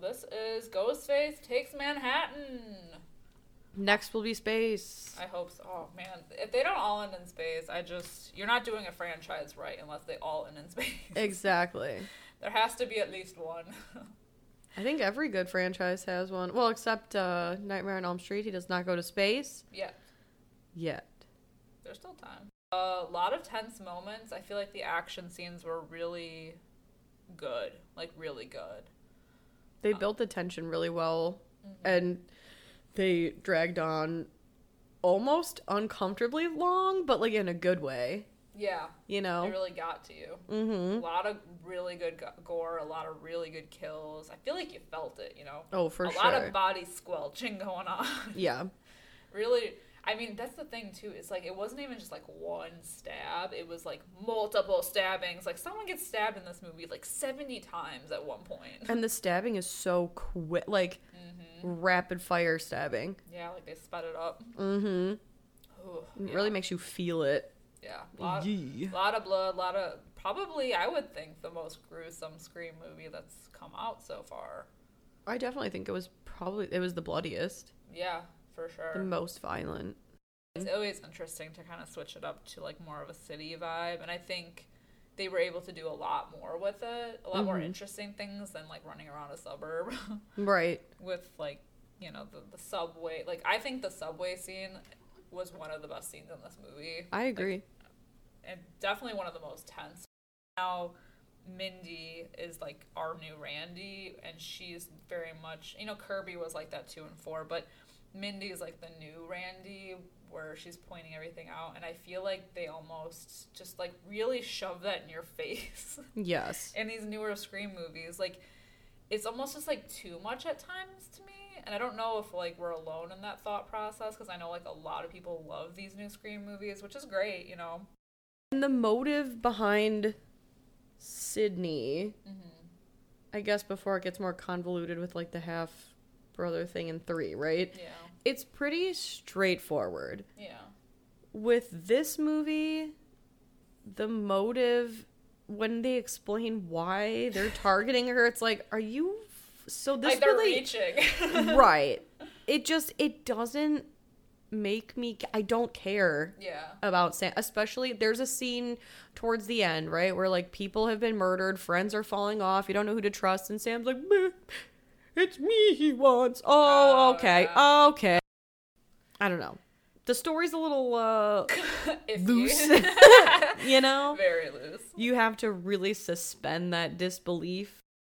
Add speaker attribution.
Speaker 1: this is Ghostface Takes Manhattan.
Speaker 2: Next will be space.
Speaker 1: I hope so. Oh, man. If they don't all end in space, I just. You're not doing a franchise right unless they all end in space.
Speaker 2: Exactly.
Speaker 1: There has to be at least one.
Speaker 2: I think every good franchise has one. Well, except uh, Nightmare on Elm Street. He does not go to space
Speaker 1: yeah,
Speaker 2: yet.
Speaker 1: there's still time. A lot of tense moments. I feel like the action scenes were really good. Like, really good.
Speaker 2: They built the tension really well,
Speaker 1: Mm-hmm.
Speaker 2: and they dragged on almost uncomfortably long, but like in a good way.
Speaker 1: Yeah.
Speaker 2: You know.
Speaker 1: They really got to you.
Speaker 2: mm-hmm.
Speaker 1: A lot of really good go- gore, a lot of really good kills. I feel like you felt it, you know?
Speaker 2: Oh, for
Speaker 1: a
Speaker 2: sure.
Speaker 1: lot of body squelching going on.
Speaker 2: yeah.
Speaker 1: really, I mean, that's the thing, too. It's like, it wasn't even just like one stab, it was like multiple stabbings. Like, someone gets stabbed in this movie like 70 times at one point.
Speaker 2: And the stabbing is so quick, like
Speaker 1: Mm-hmm.
Speaker 2: rapid fire stabbing.
Speaker 1: Yeah, like they sped it up.
Speaker 2: Mm-hmm.
Speaker 1: Ooh,
Speaker 2: It
Speaker 1: yeah,
Speaker 2: really makes you feel it.
Speaker 1: Yeah. Lot,
Speaker 2: Yee.
Speaker 1: lot of blood, lot of. Probably, I would think, the most gruesome Scream movie that's come out so far.
Speaker 2: I definitely think it was probably it was the bloodiest,
Speaker 1: Yeah, for sure.
Speaker 2: the most violent.
Speaker 1: It's always interesting to kind of switch it up to like more of a city vibe, and I think they were able to do a lot more with it, a lot more
Speaker 2: Mhm.
Speaker 1: interesting things than like running around a suburb
Speaker 2: Right.
Speaker 1: with like you know the, the subway. Like I think the subway scene was one of the best scenes in this movie,
Speaker 2: I agree.
Speaker 1: and definitely one of the most tense. Now Mindy is like our new Randy, and she's very much you know Kirby was like that two and four, but Mindy is like the new Randy where she's pointing everything out, and I feel like they almost just like really shove that in your face
Speaker 2: yes.
Speaker 1: in these newer Scream movies. Like it's almost just like too much at times to me, and I don't know if like we're alone in that thought process because I know like a lot of people love these new Scream movies, which is great, you know.
Speaker 2: And the motive behind Sydney,
Speaker 1: Mm-hmm.
Speaker 2: I guess before it gets more convoluted with like the half brother thing in 3, right?
Speaker 1: Yeah,
Speaker 2: It's pretty straightforward.
Speaker 1: yeah.
Speaker 2: With this movie, the motive when they explain why they're targeting her, it's like, are you f- so this
Speaker 1: like they're
Speaker 2: really
Speaker 1: reaching.
Speaker 2: right. It just it doesn't make me I don't care.
Speaker 1: yeah.
Speaker 2: about Sam, especially there's a scene towards the end, right, where like people have been murdered, friends are falling off, you don't know who to trust, and Sam's like, "Meh, "It's me he wants." Oh,
Speaker 1: Oh,
Speaker 2: okay,
Speaker 1: yeah.
Speaker 2: okay. I don't know. The story's a little uh,
Speaker 1: If
Speaker 2: loose,
Speaker 1: You,
Speaker 2: you know.
Speaker 1: very loose.
Speaker 2: You have to really suspend that disbelief